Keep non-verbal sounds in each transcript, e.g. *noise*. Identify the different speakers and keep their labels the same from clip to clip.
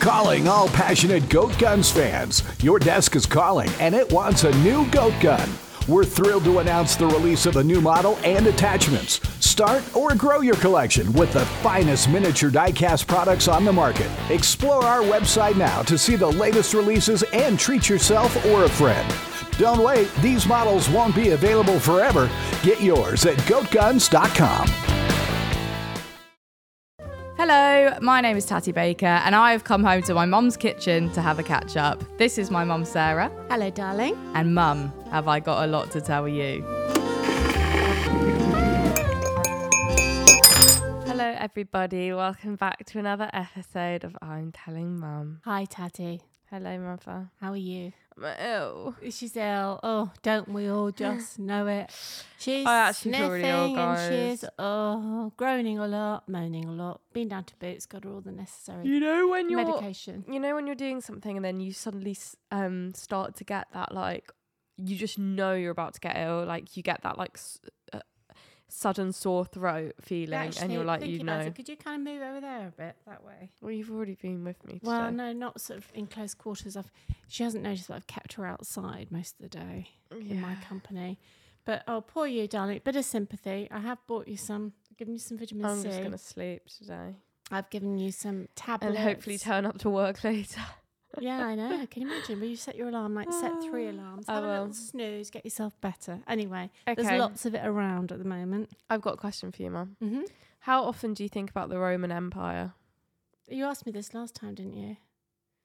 Speaker 1: Calling all passionate Goat Guns fans. Your desk is calling and it wants a new Goat Gun. We're thrilled to announce the release of a new model and attachments. Start or grow your collection with the finest miniature diecast products on the market. Explore our website now to see the latest releases and treat yourself or a friend. Don't wait, these models won't be available forever. Get yours at goatguns.com.
Speaker 2: Hello, my name is Tatty Baker, and I've come home to my mum's kitchen to have a catch up. This is my mum, Sarah.
Speaker 3: Hello, darling.
Speaker 2: And mum, have I got a lot to tell you?
Speaker 4: Hello, everybody. Welcome back to another episode of I'm Telling Mum.
Speaker 3: Hi, Taddy.
Speaker 4: Hello, Mother.
Speaker 3: How are you?
Speaker 4: I'm ill.
Speaker 3: She's ill. Oh, don't we all
Speaker 4: *sighs*
Speaker 3: just know it? She's
Speaker 4: I actually feel
Speaker 3: sniffing
Speaker 4: really ill,
Speaker 3: and she's oh, groaning a lot, moaning a lot. Been down to Boots, got her all the necessary
Speaker 4: You know when you're
Speaker 3: medication.
Speaker 4: you know when you're doing something and then you suddenly s- um start to get that like you just know you're about to get ill. Like you get that like s- uh, sudden sore throat feeling, and you're like you know.
Speaker 3: could you kind of move over there a bit that way?
Speaker 4: Well, you've already been with me. Today.
Speaker 3: Well, no, not sort of in close quarters. I've she hasn't noticed that I've kept her outside most of the day in my company. But oh, poor you, darling. Bit of sympathy. I have bought you some, given you some vitamin
Speaker 4: I'm
Speaker 3: C.
Speaker 4: just gonna sleep today
Speaker 3: I've given you some
Speaker 4: and
Speaker 3: tablets.
Speaker 4: hopefully turn up to work *laughs* later.
Speaker 3: yeah, I
Speaker 4: *laughs*
Speaker 3: know. Can you imagine? But you set your alarm, like set three alarms.
Speaker 4: Ah, I
Speaker 3: Have a
Speaker 4: will.
Speaker 3: little snooze, get yourself better. Anyway,
Speaker 4: Okay.
Speaker 3: there's lots of it around at the moment.
Speaker 4: I've got a question for you, Mum.
Speaker 3: Mm-hmm.
Speaker 4: How often do you think about the Roman Empire?
Speaker 3: You asked me this last time, didn't you?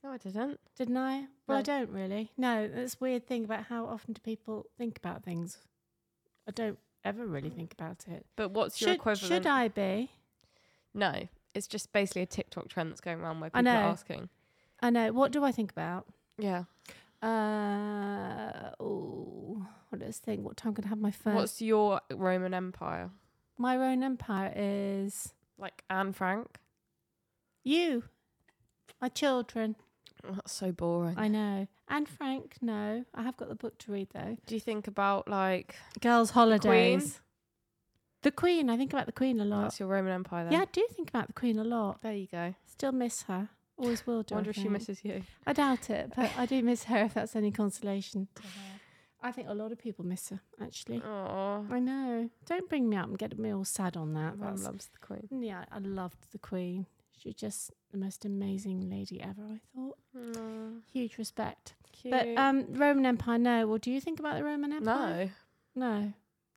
Speaker 4: No, I didn't.
Speaker 3: Didn't I? Well,
Speaker 4: No.
Speaker 3: I don't really. No, that's a weird thing about how often do people think about things. I don't ever really think about it.
Speaker 4: But what's your
Speaker 3: Should,
Speaker 4: equivalent?
Speaker 3: should I be?
Speaker 4: No, it's just basically a TikTok trend that's going around where
Speaker 3: I
Speaker 4: people are
Speaker 3: know.
Speaker 4: asking.
Speaker 3: I know. What do I think about?
Speaker 4: Yeah.
Speaker 3: Uh, oh, let's think. What time can I have my first?
Speaker 4: What's your Roman Empire?
Speaker 3: my own empire is
Speaker 4: Like Anne Frank?
Speaker 3: you, my children.
Speaker 4: Oh, That's so boring.
Speaker 3: I know. And Frank, no. I have got the book to read though.
Speaker 4: Do you think about like
Speaker 3: Girls'
Speaker 4: holidays.
Speaker 3: The Queen. I think about the Queen a lot.
Speaker 4: that's your Roman Empire then?
Speaker 3: Uh, Yeah, I do think about the Queen a lot.
Speaker 4: There you go.
Speaker 3: Still miss her. Always will do. I
Speaker 4: Wonder if she
Speaker 3: think.
Speaker 4: misses you.
Speaker 3: I doubt it, but I do miss her if that's any consolation to her. I think a lot of people miss her, actually.
Speaker 4: Oh,
Speaker 3: I know. Don't bring me up and get me all sad on that.
Speaker 4: Mum
Speaker 3: That's-
Speaker 4: loves the Queen.
Speaker 3: yeah, I loved the Queen. She's just the most amazing lady ever, I thought. Huge respect.
Speaker 4: Cute.
Speaker 3: But um Roman Empire, no. Well, do you think about the Roman Empire?
Speaker 4: no,
Speaker 3: No.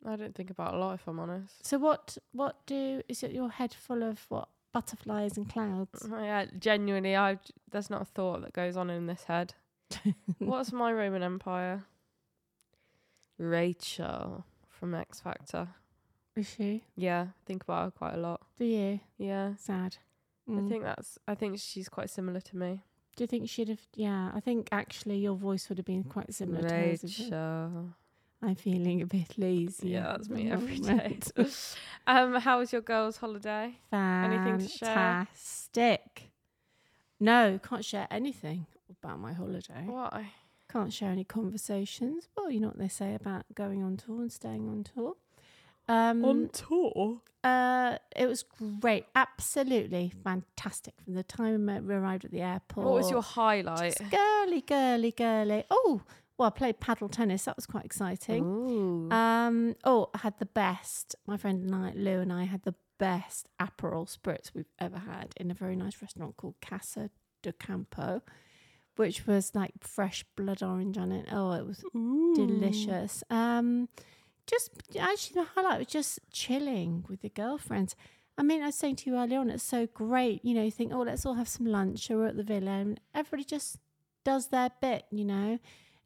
Speaker 3: No.
Speaker 4: I don't think about a lot if I'm honest.
Speaker 3: So what what do is it your head full of what butterflies and
Speaker 4: *laughs*
Speaker 3: clouds?
Speaker 4: Oh, yeah, genuinely, I j- there's not a thought that goes on in this head. What's my Roman Empire? Rachel from X Factor.
Speaker 3: Is she?
Speaker 4: Yeah, I think about her quite a lot.
Speaker 3: Do you?
Speaker 4: Yeah,
Speaker 3: Sad.
Speaker 4: I
Speaker 3: Mm.
Speaker 4: think that's. I think she's quite similar to me.
Speaker 3: Do you think she'd have? Yeah, I think actually your voice would have been quite similar to hers. if-
Speaker 4: Rachel.
Speaker 3: I'm feeling a bit lazy.
Speaker 4: Yeah,
Speaker 3: *laughs*
Speaker 4: that's me *laughs* every day.
Speaker 3: moment.
Speaker 4: um, how was your girls' holiday? Anything to share?
Speaker 3: Fantastic. No, can't share anything about my holiday.
Speaker 4: Why?
Speaker 3: Can't share any conversations. Well, you know what they say about going on tour and staying on tour. Um,
Speaker 4: tour.
Speaker 3: uh, it was great, absolutely fantastic. From the time we arrived at the airport,
Speaker 4: What Oh. was your highlight?
Speaker 3: Just girly, girly, girly. Oh, well, I played paddle tennis. That was quite exciting.
Speaker 4: Ooh.
Speaker 3: Um, oh, I had the best. My friend and I, Lou and I, had the best Aperol spritz we've ever had in a very nice restaurant called Casa de Campo, which was like fresh blood orange on it. Oh, it was delicious. Um, just actually, the highlight was just chilling with the girlfriends. I mean, I was saying to you earlier on, it's so great. You know, you think, oh, let's all have some lunch or at the villa, and everybody just does their bit. You know,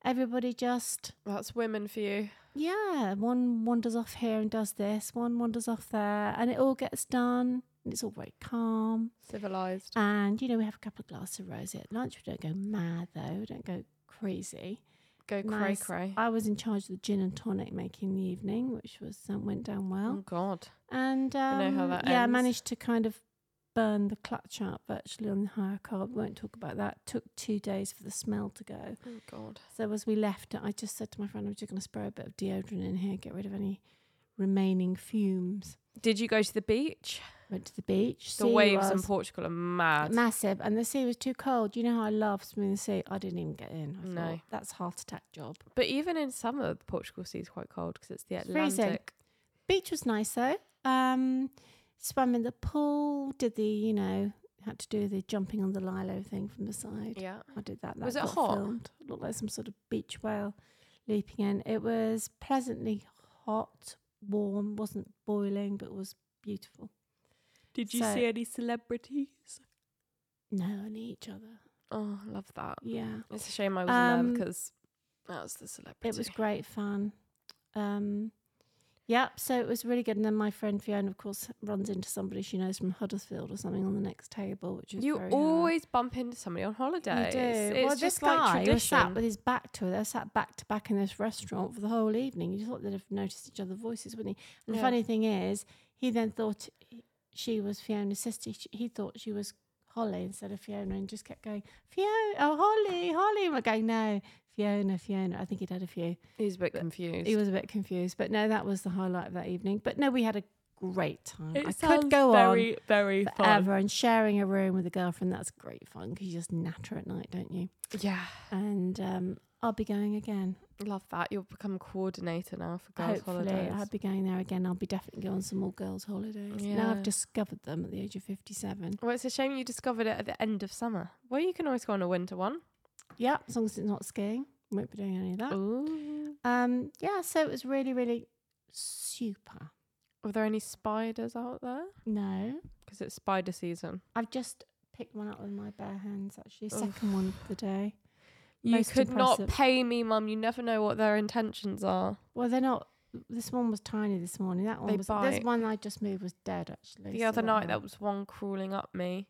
Speaker 3: everybody just
Speaker 4: That's women for you.
Speaker 3: yeah, one wanders off here and does this, one wanders off there, and it all gets done. And it's all very calm.
Speaker 4: Civilized.
Speaker 3: And, you know, we have a couple of glasses of rosé at lunch. We don't go mad, though. We don't go crazy.
Speaker 4: Go cray
Speaker 3: Nice.
Speaker 4: cray.
Speaker 3: I was in charge of the gin and tonic making in the evening, which was um, went down
Speaker 4: oh
Speaker 3: well.
Speaker 4: God.
Speaker 3: And, um,
Speaker 4: know how that
Speaker 3: yeah, I
Speaker 4: ends.
Speaker 3: managed to kind of burn the clutch out virtually on the higher carb. We won't talk about that. Took two days for the smell to go.
Speaker 4: Oh God.
Speaker 3: So as we left, I just said to my friend, "I'm just going to spray a bit of deodorant in here, get rid of any remaining fumes.
Speaker 4: Did you go to the beach?
Speaker 3: Went to the beach.
Speaker 4: The
Speaker 3: sea
Speaker 4: waves in
Speaker 3: was
Speaker 4: Portugal are mad.
Speaker 3: massive, and the sea was too cold. You know how I love swimming in the sea. I didn't even get in. I
Speaker 4: No.
Speaker 3: thought, that's heart attack job.
Speaker 4: But even in summer, the Portugal Sea is quite cold because it's the
Speaker 3: It's freezing.
Speaker 4: Atlantic.
Speaker 3: Beach was nice though. Um, swam in the pool. Did the you know had to do the jumping on the lilo thing from the side.
Speaker 4: Yeah.
Speaker 3: I did that. that
Speaker 4: Was it
Speaker 3: got
Speaker 4: hot?
Speaker 3: Filmed. Looked like some sort of beach whale leaping in. It was pleasantly hot, warm, wasn't boiling, but was beautiful.
Speaker 4: Did you
Speaker 3: So-
Speaker 4: see any celebrities?
Speaker 3: No, and each other.
Speaker 4: Oh, love that.
Speaker 3: Yeah,
Speaker 4: It's a shame I wasn't
Speaker 3: Um,
Speaker 4: there because that was the celebrity.
Speaker 3: it was great fun. Um, yep. So it was really good. And then my friend Fiona, of course, runs into somebody she knows from Huddersfield or something on the next table, which is
Speaker 4: You
Speaker 3: very hard.
Speaker 4: always bump into somebody on
Speaker 3: You
Speaker 4: holiday.
Speaker 3: do.
Speaker 4: It's,
Speaker 3: well,
Speaker 4: it's
Speaker 3: this
Speaker 4: just like
Speaker 3: guy was sat
Speaker 4: tradition.
Speaker 3: with his back to her. They sat back to back in this restaurant for the whole evening. You thought they'd have noticed each other's voices, wouldn't he? And
Speaker 4: Yeah.
Speaker 3: the funny thing is, he then thought he- she was Fiona's sister. She- He thought she was Holly instead of Fiona, and just kept going Fiona, oh Holly, Holly. And we're going no, Fiona, Fiona. I think he'd had a few.
Speaker 4: He was a bit confused.
Speaker 3: He was a bit confused, but no, that was the highlight of that evening. But no, we had a great time.
Speaker 4: It
Speaker 3: I
Speaker 4: sounds
Speaker 3: could go on.
Speaker 4: very, very
Speaker 3: Forever and sharing a room with a girlfriend, that's great fun because you just natter at night, don't you?
Speaker 4: fun. Yeah,
Speaker 3: and um, I'll be going again.
Speaker 4: love that. You'll become coordinator now for girls'
Speaker 3: Hopefully,
Speaker 4: holidays.
Speaker 3: I'll be going there again. I'll be definitely going on some more girls' holidays. Now
Speaker 4: Yeah.
Speaker 3: I've discovered them at the age of fifty-seven.
Speaker 4: Well, it's a shame you discovered it at the end of summer. Well, you can always go on a winter one.
Speaker 3: Yeah, as long as it's not skiing, won't be doing any of
Speaker 4: Oh.
Speaker 3: that.
Speaker 4: Ooh.
Speaker 3: Um, yeah, so it was really, really super.
Speaker 4: Were there any spiders out there?
Speaker 3: No,
Speaker 4: Because it's spider season.
Speaker 3: I've just picked one up with my bare hands. Actually, second one of the day.
Speaker 4: You
Speaker 3: Most
Speaker 4: could not
Speaker 3: impressive.
Speaker 4: pay me, mum. You never know what their intentions are.
Speaker 3: Well, they're not. This one was tiny this morning. That one
Speaker 4: They
Speaker 3: was.
Speaker 4: bite.
Speaker 3: This one I just moved was dead actually.
Speaker 4: The
Speaker 3: so uh,
Speaker 4: other
Speaker 3: that
Speaker 4: night,
Speaker 3: one-
Speaker 4: there was one crawling up me,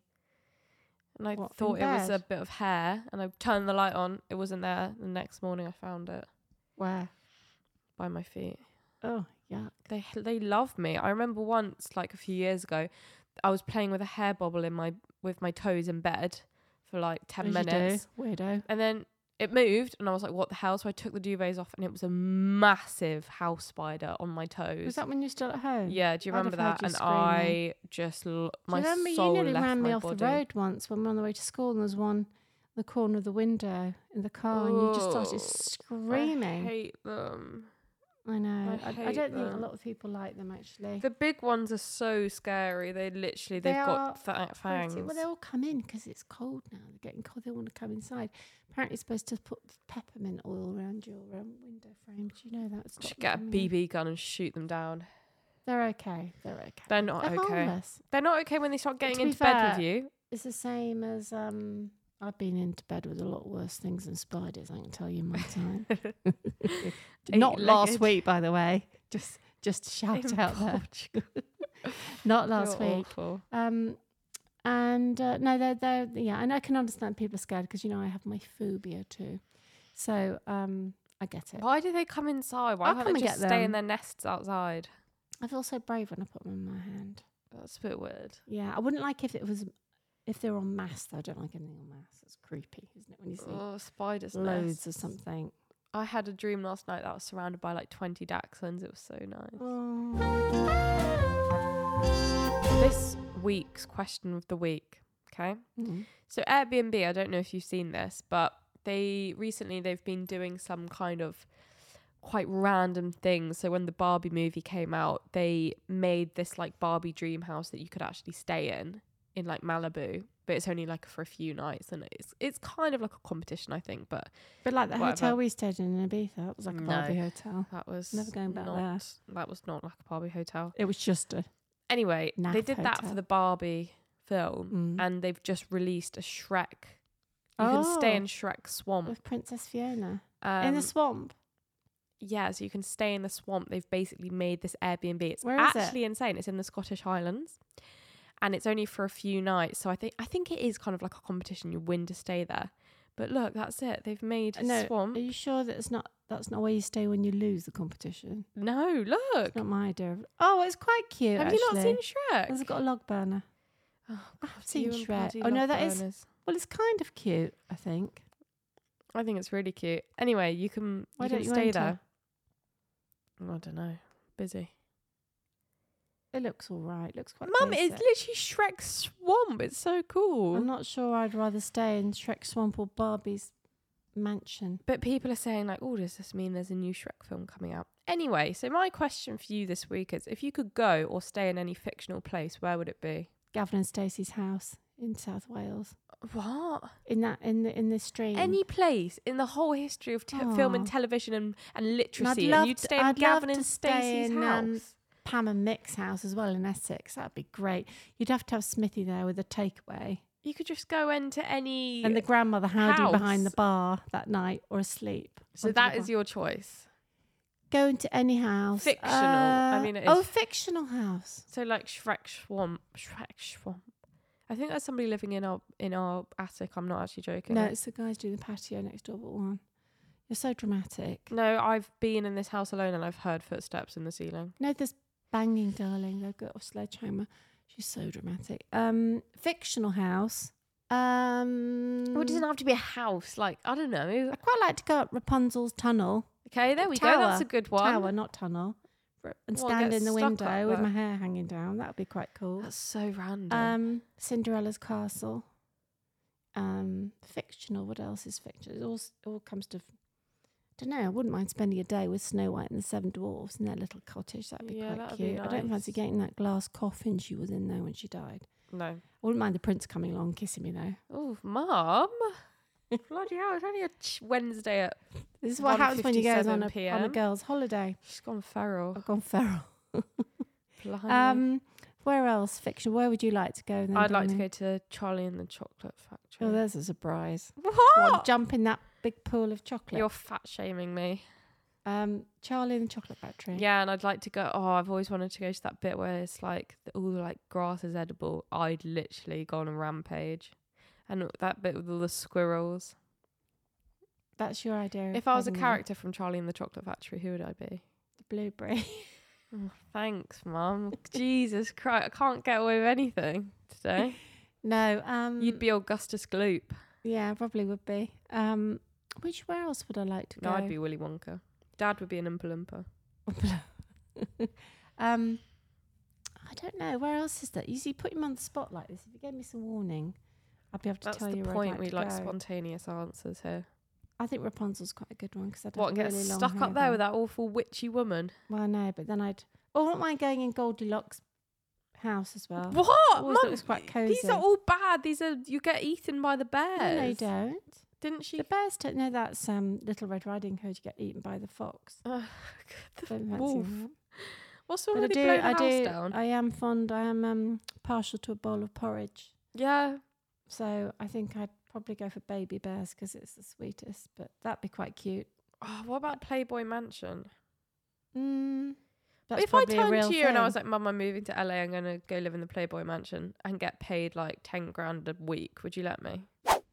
Speaker 4: and I
Speaker 3: What, in
Speaker 4: thought it was a
Speaker 3: bed?
Speaker 4: bit of hair. And I turned the light on; it wasn't there. The next morning, I found it
Speaker 3: where.
Speaker 4: by my feet.
Speaker 3: Oh yeah.
Speaker 4: They they love me. I remember once, like a few years ago, I was playing with a hair bobble in my with my toes in bed for like ten
Speaker 3: As you do,
Speaker 4: minutes,
Speaker 3: Weirdo.
Speaker 4: and then it moved, and I was like, "What the hell?" So I took the duvets off, and it was a massive house spider on my toes.
Speaker 3: Was that when you're still at home?
Speaker 4: yeah, do you
Speaker 3: I'd have
Speaker 4: remember
Speaker 3: heard
Speaker 4: that?
Speaker 3: you
Speaker 4: And
Speaker 3: screaming.
Speaker 4: I just l- my
Speaker 3: Do you remember
Speaker 4: soul
Speaker 3: you nearly
Speaker 4: left
Speaker 3: ran
Speaker 4: my
Speaker 3: me off
Speaker 4: body.
Speaker 3: the road once when we were on the way to school and there was one in the corner of the window in the car and you just
Speaker 4: Oh,
Speaker 3: started
Speaker 4: I
Speaker 3: screaming.
Speaker 4: hate them.
Speaker 3: I, know.
Speaker 4: I
Speaker 3: I, I
Speaker 4: hate
Speaker 3: don't think
Speaker 4: them.
Speaker 3: a lot of people like them actually.
Speaker 4: The big ones are so scary. They literally
Speaker 3: They
Speaker 4: they've
Speaker 3: are
Speaker 4: got fa- fangs.
Speaker 3: Apparently- Well, they all come in because it's cold now. They're getting cold. They want to come inside. Apparently, you're supposed to put peppermint oil around your um, window frame. Do you know that? Stop
Speaker 4: Should
Speaker 3: them
Speaker 4: get a
Speaker 3: coming in.
Speaker 4: BB gun and shoot them down.
Speaker 3: They're okay. They're okay.
Speaker 4: They're not
Speaker 3: They're
Speaker 4: okay.
Speaker 3: harmless.
Speaker 4: They're not okay when they start getting
Speaker 3: to be
Speaker 4: into bed
Speaker 3: fair-
Speaker 4: with you.
Speaker 3: It's the same as um. I've been into bed with a lot worse things than spiders. I can tell you in my
Speaker 4: *laughs*
Speaker 3: time. *laughs* Not last
Speaker 4: Eight-legged.
Speaker 3: week, by the way. Just just shout
Speaker 4: In
Speaker 3: out there. *laughs* Not last
Speaker 4: You're
Speaker 3: week.
Speaker 4: awful.
Speaker 3: Um, and uh, no, they're, they're yeah, and I can understand people are scared because you know I have my phobia too. So um, I get it.
Speaker 4: Why do they come inside? Why
Speaker 3: I'll
Speaker 4: can't
Speaker 3: come
Speaker 4: they
Speaker 3: and
Speaker 4: just
Speaker 3: get
Speaker 4: stay
Speaker 3: them.
Speaker 4: in their nests outside?
Speaker 3: I feel so brave when I put them in my hand.
Speaker 4: That's a bit weird.
Speaker 3: Yeah, I wouldn't like if it was if they were on mass. Though. I don't like anything on mass. It's creepy, isn't it? When you see
Speaker 4: Oh, spiders.
Speaker 3: loads
Speaker 4: nests.
Speaker 3: or something.
Speaker 4: I had a dream last night that I was surrounded by like 20 dachshunds. It was so nice. This week's question of the week, okay?
Speaker 3: Mhm.
Speaker 4: So Airbnb, I don't know if you've seen this, but they recently they've been doing some kind of quite random thing. So when the Barbie movie came out, they made this like Barbie dream house that you could actually stay in in like Malibu, but it's only like for a few nights and it's it's kind of like a competition, I think, but
Speaker 3: But like the
Speaker 4: Whatever.
Speaker 3: hotel we stayed in in Ibiza, that was like a
Speaker 4: No.
Speaker 3: Barbie hotel.
Speaker 4: that was
Speaker 3: Never going back
Speaker 4: not,
Speaker 3: there.
Speaker 4: That was not like a Barbie hotel.
Speaker 3: It was just a
Speaker 4: Anyway, they
Speaker 3: Naff
Speaker 4: did that for
Speaker 3: hotel.
Speaker 4: the Barbie film
Speaker 3: Mm.
Speaker 4: and they've just released a Shrek. You can stay
Speaker 3: Oh.
Speaker 4: in Shrek Swamp.
Speaker 3: with Princess Fiona
Speaker 4: Um,
Speaker 3: in the swamp.
Speaker 4: yeah, so you can stay in the swamp. They've basically made this Airbnb. It's
Speaker 3: Where is it?
Speaker 4: actually insane. It's in the Scottish Highlands, and it's only for a few nights. So I think I think it is kind of like a competition. You win to stay there. But look, that's it. They've made a
Speaker 3: No,
Speaker 4: swamp.
Speaker 3: are you sure that it's not? That's not where you stay when you lose the competition.
Speaker 4: No, look.
Speaker 3: Not my idea. Of, oh, it's quite cute.
Speaker 4: Have you not seen
Speaker 3: Has
Speaker 4: Shrek?
Speaker 3: it got a log burner?
Speaker 4: Oh,
Speaker 3: I've
Speaker 4: God,
Speaker 3: seen
Speaker 4: you and
Speaker 3: Shrek.
Speaker 4: bloody
Speaker 3: Oh, no,
Speaker 4: love
Speaker 3: that is-
Speaker 4: burners.
Speaker 3: Well, it's kind of cute. I think.
Speaker 4: I think it's really cute. Anyway, you can
Speaker 3: Why
Speaker 4: you can
Speaker 3: don't you
Speaker 4: stay
Speaker 3: enter?
Speaker 4: there. I don't know. Busy.
Speaker 3: It looks all right. Looks quite.
Speaker 4: Mum, it's
Speaker 3: basic.
Speaker 4: literally Shrek Swamp. It's so cool.
Speaker 3: I'm not sure. I'd rather stay in Shrek Swamp or Barbie's mansion.
Speaker 4: But people are saying, like, oh, does this mean there's a new Shrek film coming out? Anyway, so my question for you this week is if you could go or stay in any fictional place, where would it be?
Speaker 3: Gavin and Stacey's house in South Wales.
Speaker 4: What?
Speaker 3: In that in the in the stream.
Speaker 4: Any place in the whole history of te- film and
Speaker 3: Aw.
Speaker 4: television and, and literacy, and,
Speaker 3: love
Speaker 4: you'd
Speaker 3: to-
Speaker 4: stay in
Speaker 3: I'd
Speaker 4: Gavin
Speaker 3: love to
Speaker 4: and
Speaker 3: stay
Speaker 4: Stacey's
Speaker 3: in,
Speaker 4: house.
Speaker 3: um, Pam and Mick's house as well in Essex. That'd be great. You'd have to have Smithy there with a takeaway.
Speaker 4: you could just go into any.
Speaker 3: And the grandmother howdy behind the
Speaker 4: House.
Speaker 3: bar that night or asleep.
Speaker 4: so
Speaker 3: Onto
Speaker 4: that
Speaker 3: the
Speaker 4: is
Speaker 3: bar.
Speaker 4: your choice.
Speaker 3: go into any house.
Speaker 4: Fictional. I mean, it
Speaker 3: oh,
Speaker 4: is-
Speaker 3: fictional house.
Speaker 4: So like Shrek Swamp, Shrek Swamp. I think there's somebody living in our in our attic. I'm not actually joking.
Speaker 3: No, it's the guys doing the patio next door, but one. You're so dramatic.
Speaker 4: No, I've been in this house alone and I've heard footsteps in the ceiling.
Speaker 3: No, there's banging, darling. They've got a sledgehammer. She's so dramatic. Um, fictional house. Um,
Speaker 4: Well, it doesn't have to be a house. Like I don't know.
Speaker 3: I quite like to go up Rapunzel's tunnel.
Speaker 4: Okay, there we go. That's a good one.
Speaker 3: Tower, not tunnel. R- And
Speaker 4: Well,
Speaker 3: stand
Speaker 4: get
Speaker 3: in the
Speaker 4: stuck up
Speaker 3: window with
Speaker 4: there.
Speaker 3: my hair hanging down. That would be quite cool.
Speaker 4: That's so random.
Speaker 3: Um, Cinderella's castle. Um, fictional. What else is fictional? It all, s- all comes to. don't know. I wouldn't mind spending a day with Snow White and the Seven Dwarfs in their little cottage. That'd be
Speaker 4: Yeah,
Speaker 3: quite
Speaker 4: that'd be
Speaker 3: cute. I don't fancy
Speaker 4: nice.
Speaker 3: getting that glass coffin she was in there when she died.
Speaker 4: no.
Speaker 3: I wouldn't mind the prince coming along and kissing me though.
Speaker 4: Oh, mum. *laughs* Bloody hell! It's only a ch- Wednesday at.
Speaker 3: This is what happens when you go on a, on a
Speaker 4: 1:57
Speaker 3: girl's holiday.
Speaker 4: She's gone feral.
Speaker 3: I've gone feral.
Speaker 4: Oh, Blimey.
Speaker 3: Um, where else? Fiction. Where would you like to go? Then
Speaker 4: I'd like to
Speaker 3: darling?
Speaker 4: go to Charlie and the Chocolate Factory.
Speaker 3: Oh, there's a surprise.
Speaker 4: what?
Speaker 3: Go on, jump in that big pool of chocolate.
Speaker 4: Oh! You're fat shaming me.
Speaker 3: um, Charlie and the Chocolate Factory.
Speaker 4: Yeah, and I'd like to go. Oh, I've always wanted to go to that bit where it's like the, all the like grass is edible. I'd literally go on a rampage, and that bit with all the squirrels.
Speaker 3: that's your idea. of
Speaker 4: If I was a
Speaker 3: heaven,
Speaker 4: character from Charlie and the Chocolate Factory, who would I be?
Speaker 3: then. the blueberry. *laughs*
Speaker 4: Oh, thanks, Mum. *laughs* Jesus Christ, I can't get away with anything
Speaker 3: *laughs*
Speaker 4: today.
Speaker 3: no, um,
Speaker 4: You'd be Augustus Gloop.
Speaker 3: Yeah, I probably would be. Um, which where else would I like to go?
Speaker 4: No, I'd be Willy Wonka. Dad would be an Oompa Loompa.
Speaker 3: *laughs* um, I don't know. Where else is that? You see, put him on the spot like this. If you gave me some warning, I'd be able to
Speaker 4: That's
Speaker 3: tell
Speaker 4: the
Speaker 3: you where
Speaker 4: point.
Speaker 3: I'd
Speaker 4: we
Speaker 3: like to
Speaker 4: like
Speaker 3: go.
Speaker 4: spontaneous answers here.
Speaker 3: I think Rapunzel's quite a good one because I'd have
Speaker 4: What and get
Speaker 3: really long
Speaker 4: stuck
Speaker 3: hair
Speaker 4: up there
Speaker 3: then.
Speaker 4: with that awful witchy woman?
Speaker 3: Well, no, but then I'd. Oh, I wouldn't mind going in Goldilocks' house as well.
Speaker 4: What?
Speaker 3: Oh. always thought it
Speaker 4: Mum,
Speaker 3: was quite
Speaker 4: These
Speaker 3: cozy.
Speaker 4: are all bad. These are you get eaten by the bears.
Speaker 3: No, no, you don't.
Speaker 4: Didn't she?
Speaker 3: The bears don't know that's um, Little Red Riding Hood. You get eaten by the fox.
Speaker 4: *sighs* Oh,
Speaker 3: I
Speaker 4: God, the
Speaker 3: Don't fancy
Speaker 4: wolf.
Speaker 3: that.
Speaker 4: What's wrong
Speaker 3: But I
Speaker 4: with you
Speaker 3: do.
Speaker 4: blowing the
Speaker 3: I
Speaker 4: house
Speaker 3: do.
Speaker 4: down?
Speaker 3: I am fond. I am um, partial to a bowl of porridge.
Speaker 4: yeah.
Speaker 3: So I think I'd probably go for baby bears because it's the sweetest. But that'd be quite cute.
Speaker 4: Oh, what about Playboy Mansion?
Speaker 3: Mm, that's
Speaker 4: if I
Speaker 3: probably a
Speaker 4: turned to you
Speaker 3: real
Speaker 4: and I was
Speaker 3: thing.
Speaker 4: like, "Mum, I'm moving to LA. I'm gonna go live in the Playboy Mansion and get paid like ten grand a week," would you let me?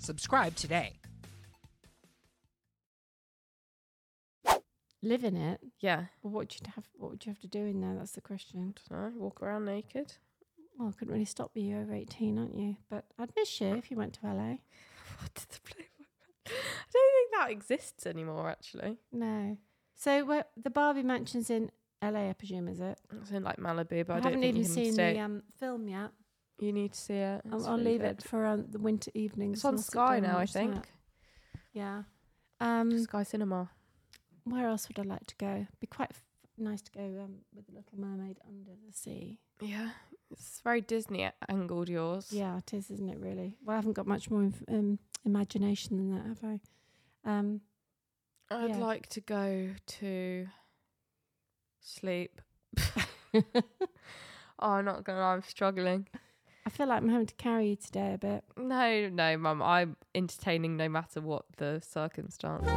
Speaker 5: Subscribe today.
Speaker 3: live in it.
Speaker 4: Yeah.
Speaker 3: Well, what would you have? What would you have to do in there? That's the question.
Speaker 4: No, walk around naked. *laughs*
Speaker 3: Well, I couldn't really stop you. You're over eighteen, aren't you? But I'd miss you if you went to LA.
Speaker 4: What did the Playboy? Man- I don't think that exists anymore. Actually,
Speaker 3: No. So where, the Barbie mansion's in LA, I presume, is it?
Speaker 4: it's in like Malibu, but I,
Speaker 3: I
Speaker 4: don't
Speaker 3: haven't
Speaker 4: think
Speaker 3: even
Speaker 4: you can
Speaker 3: seen
Speaker 4: stay.
Speaker 3: the um, film yet.
Speaker 4: you need to see it.
Speaker 3: I'll,
Speaker 4: It's
Speaker 3: I'll
Speaker 4: really
Speaker 3: leave
Speaker 4: good.
Speaker 3: it for um, the winter evenings.
Speaker 4: It's on
Speaker 3: and I'll sit
Speaker 4: Sky
Speaker 3: down and
Speaker 4: now, I
Speaker 3: watch
Speaker 4: think.
Speaker 3: that. Yeah. Um,
Speaker 4: Sky Cinema.
Speaker 3: where else would I like to go? Be quite f- nice to go um, with the Little Mermaid under the sea.
Speaker 4: Yeah, it's very Disney angled yours.
Speaker 3: Yeah, it is, isn't it? Really. Well, I haven't got much more inf- um, imagination than that, have I? Um,
Speaker 4: I'd
Speaker 3: Yeah.
Speaker 4: like to go to *laughs* sleep. Oh, I'm not gonna. lie, I'm struggling.
Speaker 3: I feel like I'm having to carry you today a bit.
Speaker 4: No, no, Mum. I'm entertaining no matter what the circumstances.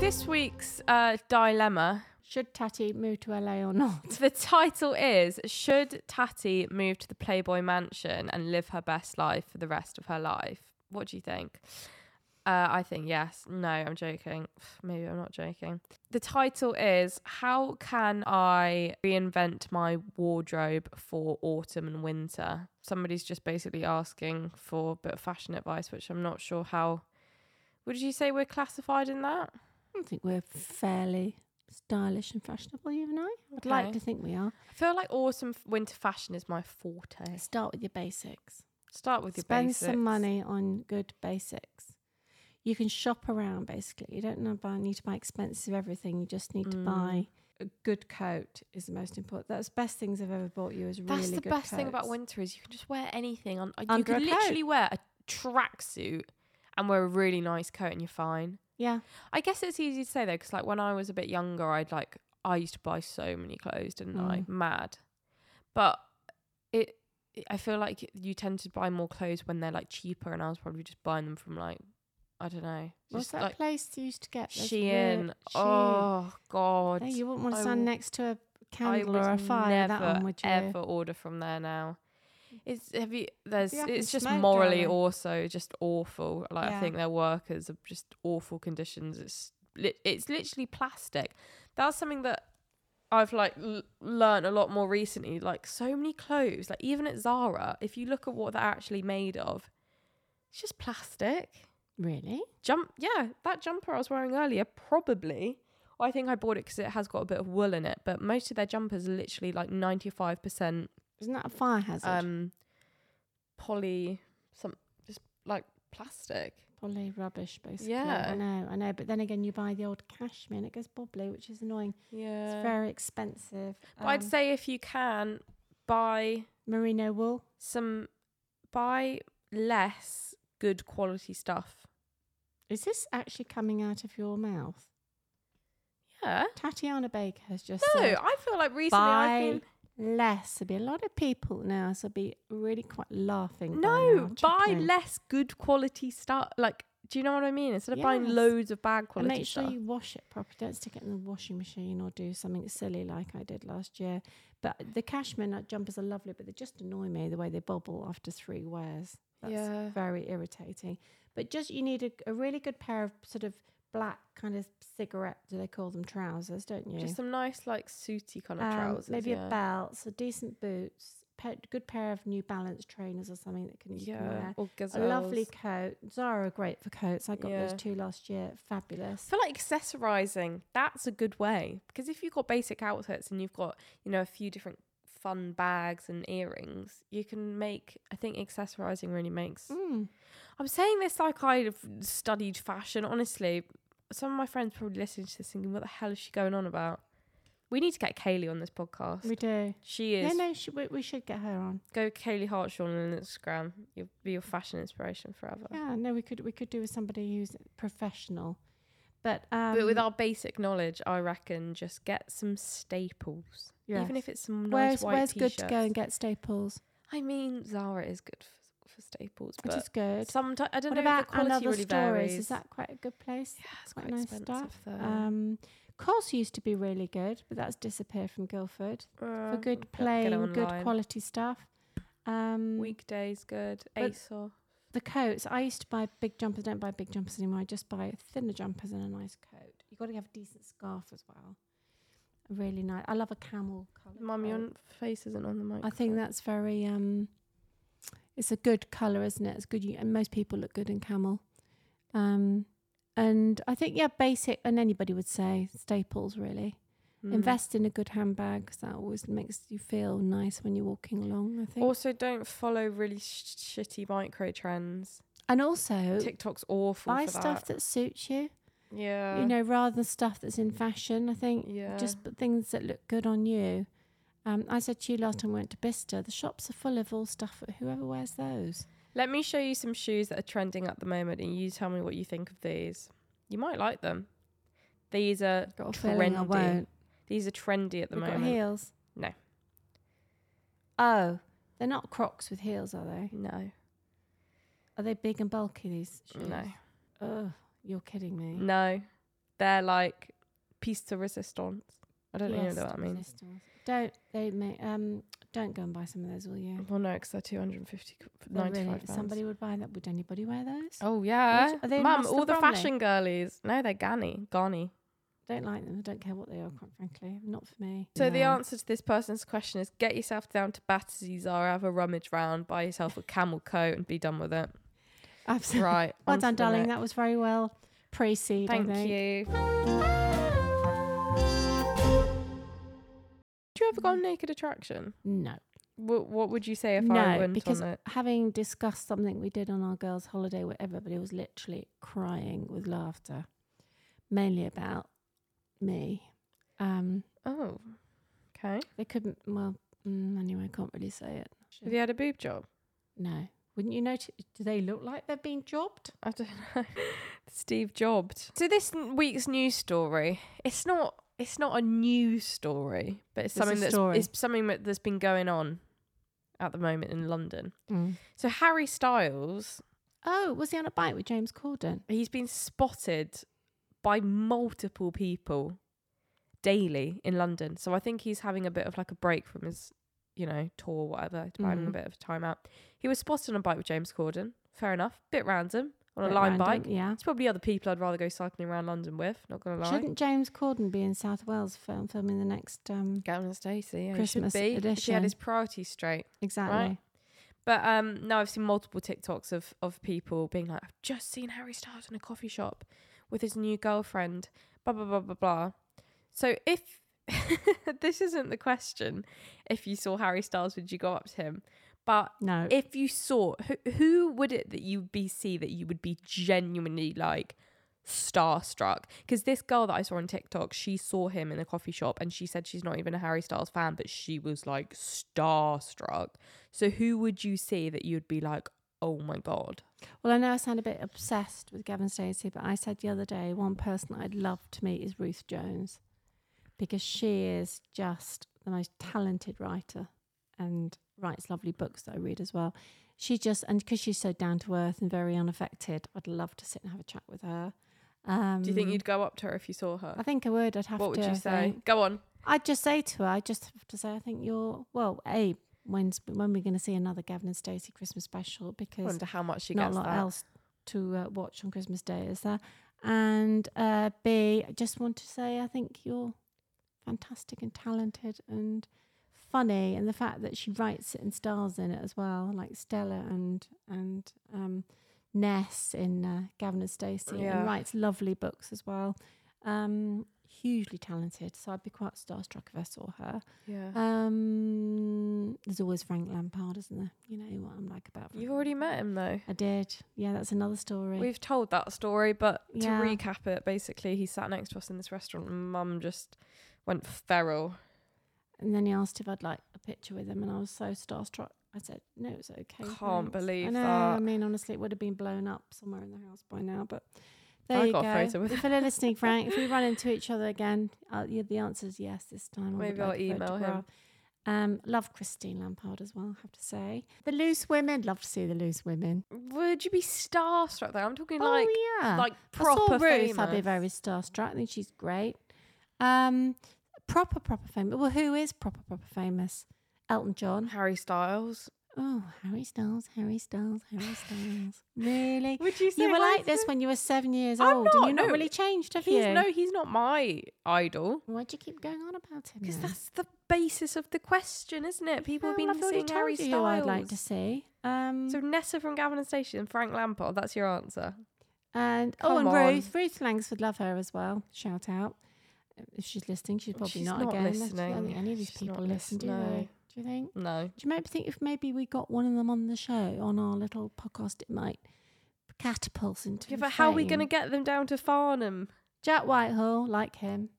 Speaker 4: This week's uh, dilemma
Speaker 3: Should Tati move to LA or not?
Speaker 4: The title is Should Tatty Move to the Playboy Mansion and Live Her Best Life for the Rest of Her Life? What do you think? Uh, I think yes. No, I'm joking. *sighs* Maybe I'm not joking. The title is How Can I Reinvent My Wardrobe for Autumn and Winter? Somebody's just basically asking for a bit of fashion advice, which I'm not sure how. Would you say we're classified in that?
Speaker 3: I think we're fairly stylish and fashionable, you and I. I'd like
Speaker 4: Okay.
Speaker 3: to think we are.
Speaker 4: I feel like autumn f- winter fashion is my forte.
Speaker 3: Start with your basics.
Speaker 4: Start with your
Speaker 3: Spend
Speaker 4: basics.
Speaker 3: some money on good basics. You can shop around basically. You don't know buy, need to buy expensive everything. You just need to
Speaker 4: Mm.
Speaker 3: buy a good coat is the most important. That's the best things I've ever bought you is really
Speaker 4: That's the
Speaker 3: good
Speaker 4: best thing about
Speaker 3: coats.
Speaker 4: winter is you can just wear anything on. you
Speaker 3: Under
Speaker 4: can
Speaker 3: a coat.
Speaker 4: literally wear a tracksuit and wear a really nice coat and you're fine.
Speaker 3: Yeah.
Speaker 4: I guess it's easy to say though, because like when I was a bit younger, I'd like I used to buy so many clothes, didn't
Speaker 3: Mm.
Speaker 4: I? Mad, but it. it- I feel like you tend to buy more clothes when they're like cheaper, and I was probably just buying them from like I don't know,
Speaker 3: What's
Speaker 4: just
Speaker 3: that
Speaker 4: like
Speaker 3: place you used to get? those
Speaker 4: Shein.
Speaker 3: weird- Shein.
Speaker 4: Oh God,
Speaker 3: No, you wouldn't want to
Speaker 4: I
Speaker 3: stand
Speaker 4: w-
Speaker 3: next to a
Speaker 4: I
Speaker 3: candle
Speaker 4: would
Speaker 3: or a fire.
Speaker 4: never
Speaker 3: that one would you?
Speaker 4: ever order from there now. It's have you? There's
Speaker 3: up
Speaker 4: it's
Speaker 3: and
Speaker 4: just
Speaker 3: smoke,
Speaker 4: morally
Speaker 3: darling.
Speaker 4: also just awful. Like
Speaker 3: Yeah.
Speaker 4: I think their workers are just awful conditions. It's li- it's literally plastic. That's something that I've like l- learned a lot more recently. Like so many clothes, like even at Zara, if you look at what they're actually made of, it's just plastic
Speaker 3: Really?
Speaker 4: jump yeah that jumper i was wearing earlier probably i think i bought it because it has got a bit of wool in it but most of their jumpers are literally like 95%
Speaker 3: Isn't that a fire hazard?
Speaker 4: um poly some just like plastic
Speaker 3: Probably rubbish, basically. I
Speaker 4: Yeah.
Speaker 3: know, I know. But then again, you buy the old cashmere and it goes bubbly, which is annoying.
Speaker 4: yeah
Speaker 3: It's very expensive.
Speaker 4: but i'd
Speaker 3: Um,
Speaker 4: say if you can buy
Speaker 3: merino wool.
Speaker 4: some buy less good quality stuff
Speaker 3: Is this actually coming out of your mouth?
Speaker 4: yeah
Speaker 3: Tatiana Baker has just
Speaker 4: no
Speaker 3: said,
Speaker 4: i feel like recently i've
Speaker 3: buy
Speaker 4: been
Speaker 3: less. There'll be a lot of people now, so I'll be really quite laughing. by now,
Speaker 4: No, buy
Speaker 3: chuckling.
Speaker 4: less good quality stuff. Like, do you know what I mean? Instead of buying
Speaker 3: Yes.
Speaker 4: loads of bad
Speaker 3: And
Speaker 4: quality
Speaker 3: make sure
Speaker 4: stuff.
Speaker 3: you wash it properly. Don't stick it in the washing machine or do something silly like I did last year. But the cashmere nut jumpers are lovely, but they just annoy me the way they bobble after three wears. That's
Speaker 4: Yeah.
Speaker 3: very irritating. But just you need a, a really good pair of sort of black kind of cigarette. Do they call them trousers? Don't you?
Speaker 4: Just some nice, like, suity kind of
Speaker 3: Um,
Speaker 4: trousers.
Speaker 3: maybe
Speaker 4: yeah.
Speaker 3: a belt, so decent boots, pa- good pair of New Balance trainers or something that can you can
Speaker 4: Yeah,
Speaker 3: wear.
Speaker 4: or
Speaker 3: A lovely
Speaker 4: gazelles.
Speaker 3: coat. Zara are great for coats. I got
Speaker 4: Yeah.
Speaker 3: those two last year. Fabulous.
Speaker 4: I feel like accessorizing, that's a good way. Because if you've got basic outfits and you've got, you know, a few different fun bags and earrings, you can make, I think accessorizing really makes. I'm saying this like I've studied fashion, honestly. Some of my friends probably listening to this thinking, what the hell is she going on about? We need to get Kaylee on this podcast.
Speaker 3: We do.
Speaker 4: she
Speaker 3: Yeah,
Speaker 4: is.
Speaker 3: no, she, we, we should get her on.
Speaker 4: Go Kaylee Hartshaw on Instagram. You'll be your fashion inspiration forever.
Speaker 3: Yeah, no, we could we could do with somebody who's professional, but um,
Speaker 4: But with our basic knowledge, I reckon just get some staples.
Speaker 3: Yes.
Speaker 4: Even if it's some nice
Speaker 3: where's
Speaker 4: white
Speaker 3: where's
Speaker 4: t-shirts.
Speaker 3: good to go and get staples?
Speaker 4: I mean, Zara is good for, for staples,
Speaker 3: Which
Speaker 4: but
Speaker 3: is good.
Speaker 4: Sometimes I don't
Speaker 3: What
Speaker 4: know
Speaker 3: about
Speaker 4: if the quality
Speaker 3: another
Speaker 4: really
Speaker 3: stories?
Speaker 4: varies.
Speaker 3: Is that quite a good place?
Speaker 4: yeah, it's
Speaker 3: quite
Speaker 4: quite
Speaker 3: nice
Speaker 4: expensive
Speaker 3: stuff.
Speaker 4: though.
Speaker 3: Um, Cos used to be really good, but that's disappeared from Guildford.
Speaker 4: Uh,
Speaker 3: For good,
Speaker 4: get- get it
Speaker 3: plain, good
Speaker 4: online.
Speaker 3: quality stuff. Um,
Speaker 4: Mm. Weekdays good.
Speaker 3: But-
Speaker 4: ASOS.
Speaker 3: the coats. I used to buy big jumpers. I don't buy big jumpers anymore. I just buy thinner jumpers and a nice coat. You got to have a decent scarf as well. A Really nice. I love a camel color.
Speaker 4: Mum, your face isn't on the mic.
Speaker 3: Oh. I think that's very. um It's a good color, isn't it? It's good. You, and most people look good in camel. Um And I think yeah, basic. And anybody would say staples really.
Speaker 4: Mm.
Speaker 3: Invest in a good handbag 'cause that always makes you feel nice when you're walking along. I think.
Speaker 4: Also, don't follow really sh- shitty micro trends.
Speaker 3: and also
Speaker 4: TikTok's awful.
Speaker 3: Oh. buy
Speaker 4: for
Speaker 3: stuff
Speaker 4: that.
Speaker 3: that suits you.
Speaker 4: yeah.
Speaker 3: you know, rather than stuff that's in fashion. I think
Speaker 4: Yeah.
Speaker 3: just put things that look good on you. Um, I said to you
Speaker 4: Mm.
Speaker 3: last time we went to Bicester, the shops are full of all stuff. Whoever wears those,
Speaker 4: Let me show you some shoes that are trending at the moment, and you tell me what you think of these. You might like them. These are
Speaker 3: got a feeling I
Speaker 4: trendy.
Speaker 3: won't.
Speaker 4: These are trendy at the
Speaker 3: They've got
Speaker 4: moment.
Speaker 3: heels.
Speaker 4: No,
Speaker 3: Oh, they're not Crocs with heels, are they?
Speaker 4: no,
Speaker 3: Are they big and bulky? These shoes?
Speaker 4: no,
Speaker 3: Oh, you're kidding me.
Speaker 4: no. They're like piece de resistance. I don't really know what that
Speaker 3: Fiesta
Speaker 4: means.
Speaker 3: resistors. Don't they make um don't go and buy some of those all year.
Speaker 4: Well, no, because they're 250, qu-
Speaker 3: They're really-
Speaker 4: 95 pounds.
Speaker 3: somebody would buy that. Would anybody wear those?
Speaker 4: Oh yeah,
Speaker 3: Which- are they
Speaker 4: mum,
Speaker 3: Master
Speaker 4: all the
Speaker 3: Bromley?
Speaker 4: fashion girlies. No, they're Ganny, Garni.
Speaker 3: Don't like them. I don't care what they are, quite frankly. Not for me.
Speaker 4: So the
Speaker 3: *laughs*
Speaker 2: No.
Speaker 4: answer to this person's question is: get yourself down to Battersea Zara, have a rummage round, buy yourself a camel coat, and be done with *laughs* it.
Speaker 3: Absolutely.
Speaker 4: Right.
Speaker 3: Well
Speaker 4: on to
Speaker 3: done,
Speaker 4: the
Speaker 3: darling.
Speaker 4: next.
Speaker 3: That was very well preceded. I
Speaker 4: Thank
Speaker 3: think.
Speaker 4: you. Do you ever go on Naked Attraction?
Speaker 3: No.
Speaker 4: What, what would you say if I
Speaker 3: no,
Speaker 4: went
Speaker 3: because
Speaker 4: on it?
Speaker 3: having discussed something we did on our girls' holiday where everybody was literally crying with laughter, mainly about me. Um,
Speaker 4: Oh, okay.
Speaker 3: they couldn't. Well, mm, anyway, I can't really say it.
Speaker 4: Have you had a boob job?
Speaker 3: No, wouldn't you notice? Do they look like they've been jobbed?
Speaker 4: I don't *laughs* know. Steve Jobs. So this n- week's news story, it's not it's not a news story, but it's,
Speaker 3: It's a
Speaker 4: something that's
Speaker 3: story.
Speaker 4: it's something that- that's been going on at the moment in London. So Harry Styles,
Speaker 3: Oh, was he on a bike with James Corden?
Speaker 4: he's been spotted by multiple people daily in London. So I think he's having a bit of like a break from his, you know, tour or whatever, to having a
Speaker 3: Mhm.
Speaker 4: bit of time out. He was spotted on a bike with James Corden. Fair enough. Bit random. On a
Speaker 3: Bit
Speaker 4: line
Speaker 3: random,
Speaker 4: bike.
Speaker 3: Yeah.
Speaker 4: It's probably other people I'd rather go cycling around London with. Not gonna lie.
Speaker 3: Shouldn't James Corden be in South Wales film filming the next? Um,
Speaker 4: Gavin and Stacey. Yeah,
Speaker 3: Christmas
Speaker 4: he should be. if He
Speaker 3: edition.
Speaker 4: had his priorities straight.
Speaker 3: exactly.
Speaker 4: But um, no, I've seen multiple TikToks of of people being like, "I've just seen Harry Styles in a coffee shop with his new girlfriend." Blah blah blah blah blah. So if *laughs* this isn't the question, if you saw Harry Styles, would you go up to him? But
Speaker 3: No.
Speaker 4: if you saw who, who would it that you be see that you would be genuinely like starstruck because this girl that i saw on tiktok she saw him in a coffee shop and she said she's not even a harry styles fan but she was like starstruck so who would you see that you'd be like oh my god
Speaker 3: Well, I know I sound a bit obsessed with Gavin Stacey, but I said the other day one person I'd love to meet is Ruth Jones because she is just the most talented writer and writes lovely books that I read as well. She just, and because she's so down to earth and very unaffected, I'd love to sit and have a chat with her. Um,
Speaker 4: do you think you'd go up to her if you saw her
Speaker 3: I think I would. I'd have
Speaker 4: what
Speaker 3: to. uh,
Speaker 4: would you
Speaker 3: I
Speaker 4: say
Speaker 3: think.
Speaker 4: go on
Speaker 3: I'd just say to her, I just have to say, I think you're, well, A, when's, when we're going to see another Gavin and Stacey Christmas special?
Speaker 4: I
Speaker 3: Because
Speaker 4: wonder how much she
Speaker 3: not
Speaker 4: gets
Speaker 3: a lot
Speaker 4: that.
Speaker 3: else to uh, watch on Christmas Day, is there? And uh, B, I just want to say I think you're fantastic and talented and funny, and the fact that she writes it and stars in it as well, like Stella and and um, Ness in uh, Gavin and Stacey,
Speaker 4: Yeah.
Speaker 3: and writes lovely books as well. Um, hugely talented, so I'd be quite starstruck if I saw her.
Speaker 4: yeah
Speaker 3: Um, there's always Frank Lampard, isn't there? You know what I'm like about. Frank
Speaker 4: you've already
Speaker 3: Lampard.
Speaker 4: met him though
Speaker 3: I did. Yeah, that's another story.
Speaker 4: We've told that story, but
Speaker 3: Yeah.
Speaker 4: to recap it, basically, he sat next to us in this restaurant, and Mum just went feral.
Speaker 3: and then he asked if I'd like a picture with him, and I was so starstruck. I said, "No, it's okay."
Speaker 4: Can't
Speaker 3: thanks."
Speaker 4: believe
Speaker 3: I know. I
Speaker 4: that.
Speaker 3: mean, honestly, it would have been blown up somewhere in the house by now. But
Speaker 4: I
Speaker 3: there you
Speaker 4: got
Speaker 3: go.
Speaker 4: a photo with *laughs*
Speaker 3: if you're listening, Frank, if we run into each other again, uh, yeah, the answer is yes this time. I would
Speaker 4: Maybe
Speaker 3: like
Speaker 4: I'll
Speaker 3: a
Speaker 4: email him.
Speaker 3: photograph. Um, love Christine Lampard as well. I have to say, the loose women. Love to see the loose women.
Speaker 4: Would you be starstruck though? I'm talking like,
Speaker 3: oh yeah,
Speaker 4: like
Speaker 3: If I saw
Speaker 4: proper
Speaker 3: Ruth, I'd be
Speaker 4: famous.
Speaker 3: very starstruck. I think she's great. Um, proper, proper famous. Well, who is proper, proper famous? Elton John.
Speaker 4: Harry Styles.
Speaker 3: Oh, Harry Styles, Harry Styles, Harry Styles. *laughs* really?
Speaker 4: Would you say
Speaker 3: You were
Speaker 4: Harry
Speaker 3: like this
Speaker 4: Styles?
Speaker 3: when you were seven years
Speaker 4: I'm
Speaker 3: old, and
Speaker 4: not,
Speaker 3: you're not
Speaker 4: no.
Speaker 3: really changed, have
Speaker 4: He's
Speaker 3: you?
Speaker 4: no, he's not my idol. Mm.
Speaker 3: Why do you keep going on about him?
Speaker 4: Because
Speaker 3: then?
Speaker 4: that's the basis of the question, isn't it? People
Speaker 3: Well,
Speaker 4: have been
Speaker 3: I've already
Speaker 4: seeing
Speaker 3: told
Speaker 4: Harry
Speaker 3: you
Speaker 4: Styles.
Speaker 3: who I'd like to see. Um,
Speaker 4: So Nessa from Gavin and Stacey and Frank Lampard. That's your answer.
Speaker 3: and oh,
Speaker 4: come
Speaker 3: and
Speaker 4: on.
Speaker 3: Ruth, Ruth Langs would love her as well. Shout out if she's listening. She's probably
Speaker 4: She's
Speaker 3: not,
Speaker 4: not
Speaker 3: again. That's- I don't
Speaker 4: listening.
Speaker 3: think any of these
Speaker 4: She's not
Speaker 3: people listen, do
Speaker 4: listening.
Speaker 3: they? Do you think?
Speaker 4: No.
Speaker 3: Do you maybe think if maybe we got one of them on the show on our little podcast, it might catapult into.
Speaker 4: Yeah, but how are we
Speaker 3: fame?
Speaker 4: going to get them down to Farnham?
Speaker 3: Jack Whitehall like him?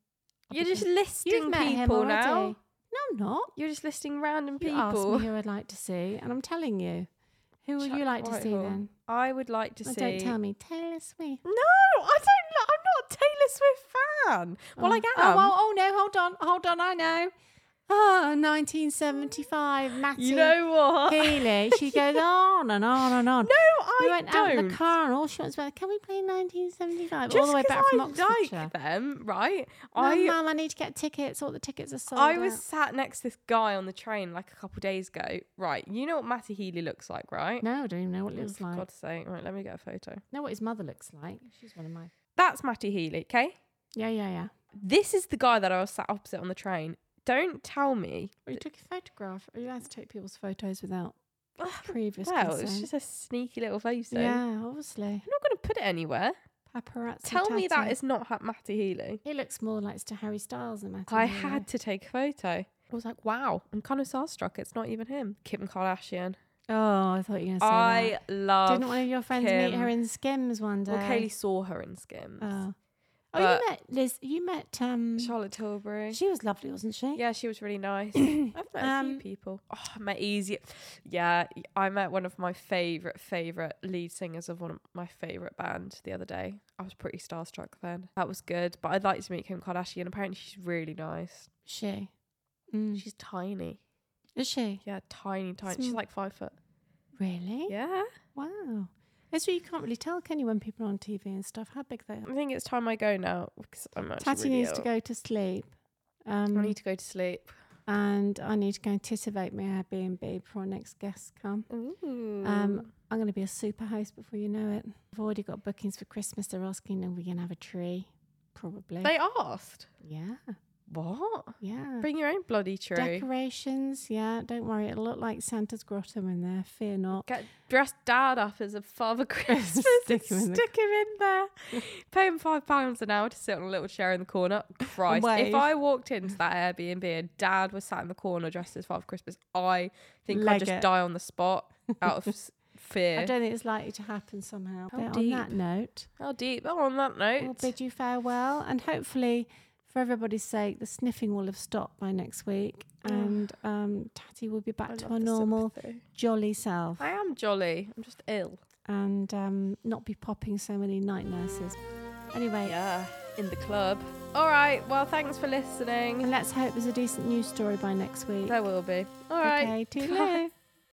Speaker 3: I'll
Speaker 4: You're
Speaker 3: be
Speaker 4: just
Speaker 3: good.
Speaker 4: listing
Speaker 3: You've met him
Speaker 4: people now.
Speaker 3: already. No, I'm not.
Speaker 4: You're just listing random
Speaker 3: You
Speaker 4: people.
Speaker 3: asked
Speaker 4: *laughs*
Speaker 3: me who I'd like to see, and I'm telling you. Who would you
Speaker 4: Chuck
Speaker 3: like to see
Speaker 4: Whitehall.
Speaker 3: then?
Speaker 4: I would like to
Speaker 3: Oh,
Speaker 4: see.
Speaker 3: don't tell me Taylor Swift.
Speaker 4: No, I don't. li- I'm not a Taylor Swift fan. Well, I
Speaker 3: Oh.
Speaker 4: am.
Speaker 3: Oh, well, oh no, hold on, hold on. I know. oh, 1975, Matty
Speaker 4: You know what? *laughs*
Speaker 3: Healy. She goes on and on and on.
Speaker 4: No,
Speaker 3: we
Speaker 4: I
Speaker 3: went out in
Speaker 4: don't.
Speaker 3: the car and all she wants about, can we play 1975? all
Speaker 4: Just
Speaker 3: the way
Speaker 4: 'cause
Speaker 3: back from
Speaker 4: I
Speaker 3: Oxfordshire.
Speaker 4: like them, right?
Speaker 3: I,
Speaker 4: I
Speaker 3: Mum, I need to get tickets. All the tickets are sold.
Speaker 4: I was
Speaker 3: out."
Speaker 4: sat next to this guy on the train like a couple days ago. Right, you know what Matty Healy looks like, right?
Speaker 3: No, I don't even know what it looks
Speaker 4: For
Speaker 3: like.
Speaker 4: God's sake. Right, let me get a photo.
Speaker 3: Know what his mother looks like? She's one of my.
Speaker 4: That's Matty Healy, okay?
Speaker 3: Yeah, yeah, yeah.
Speaker 4: This is the guy that I was sat opposite on the train. Don't tell me.
Speaker 3: Well, you took a photograph. Are you allowed to take people's photos without previous
Speaker 4: Well,
Speaker 3: consent?
Speaker 4: it's just a sneaky little photo. I'm
Speaker 3: yeah, obviously.
Speaker 4: not going to put it anywhere.
Speaker 3: Paparazzi.
Speaker 4: Tell me that
Speaker 3: tattoo.
Speaker 4: is not ha- Matty Healy.
Speaker 3: He looks more like to Harry Styles than Matthew.
Speaker 4: I
Speaker 3: Miller.
Speaker 4: had to take a photo. I was like, wow, I'm kind of starstruck. It's not even him. Kim Kardashian.
Speaker 3: Oh, I thought you were going to say
Speaker 4: I
Speaker 3: that.
Speaker 4: love.
Speaker 3: Didn't one of your friends meet
Speaker 4: Kim.
Speaker 3: her in Skims one day?
Speaker 4: Well, Kaylee saw her in Skims.
Speaker 3: Oh, oh,
Speaker 4: But-
Speaker 3: you met Liz. You met um.
Speaker 4: Charlotte Tilbury.
Speaker 3: She was lovely, wasn't she?
Speaker 4: yeah, she was
Speaker 3: *coughs*
Speaker 4: really nice. I've met a few
Speaker 3: Um,
Speaker 4: people. Oh, I met easy. Yeah, I met one of my favorite favorite lead singers of one of my favorite band the other day. I was pretty starstruck then. That was good. But I'd like to meet Kim Kardashian. Apparently, she's really nice.
Speaker 3: She. Mm.
Speaker 4: She's tiny.
Speaker 3: Is she
Speaker 4: Yeah, tiny, tiny. She's
Speaker 3: Sm-
Speaker 4: like five foot.
Speaker 3: really?
Speaker 4: Yeah.
Speaker 3: Wow. That's what you can't really tell, can you, when people are on TV and stuff, how big they are.
Speaker 4: I think it's time I go now because I'm actually
Speaker 3: Tatty
Speaker 4: really
Speaker 3: needs to
Speaker 4: ill.
Speaker 3: go to sleep.
Speaker 4: I
Speaker 3: Um,
Speaker 4: need to go to sleep.
Speaker 3: and I need to go anticipate my Airbnb before our next guests come. Um, I'm going to be a super host before you know it. I've already got bookings for Christmas. They're asking, are we going to have a tree? Probably.
Speaker 4: they asked.
Speaker 3: yeah.
Speaker 4: What?
Speaker 3: Yeah.
Speaker 4: Bring your own bloody tree.
Speaker 3: Decorations. Yeah. Don't worry. It'll look like Santa's grotto in there. Fear not.
Speaker 4: Get dressed dad up as
Speaker 3: *laughs*
Speaker 4: a Father Christmas.
Speaker 3: Stick him in the-
Speaker 4: stick him in
Speaker 3: *laughs*
Speaker 4: there. Pay him five pounds an hour to sit on a little chair in the corner. Christ. if
Speaker 3: wave.
Speaker 4: I walked into that Airbnb and dad was sat in the corner dressed as Father Christmas, I think I'd
Speaker 3: Leg
Speaker 4: just
Speaker 3: it.
Speaker 4: die on the spot
Speaker 3: *laughs*
Speaker 4: out of s-
Speaker 3: I
Speaker 4: fear.
Speaker 3: don't think it's likely to happen somehow.
Speaker 4: How
Speaker 3: But on
Speaker 4: deep?
Speaker 3: that note,
Speaker 4: How deep? Oh, on that note.
Speaker 3: We'll bid you farewell, and hopefully, for everybody's sake, the sniffing will have stopped by next week, and um, Tatty will be back
Speaker 4: Oh. I
Speaker 3: to
Speaker 4: love
Speaker 3: her
Speaker 4: the
Speaker 3: normal
Speaker 4: sympathy.
Speaker 3: jolly self,
Speaker 4: I am jolly. I'm just ill.
Speaker 3: and um, not be popping so many night nurses. Anyway,
Speaker 4: Yeah, in the club. All right. Well, thanks for listening.
Speaker 3: and let's hope there's a decent news story by next week.
Speaker 4: There will be. All
Speaker 3: Okay,
Speaker 4: right.
Speaker 3: toodaloo.
Speaker 4: *laughs* Bye.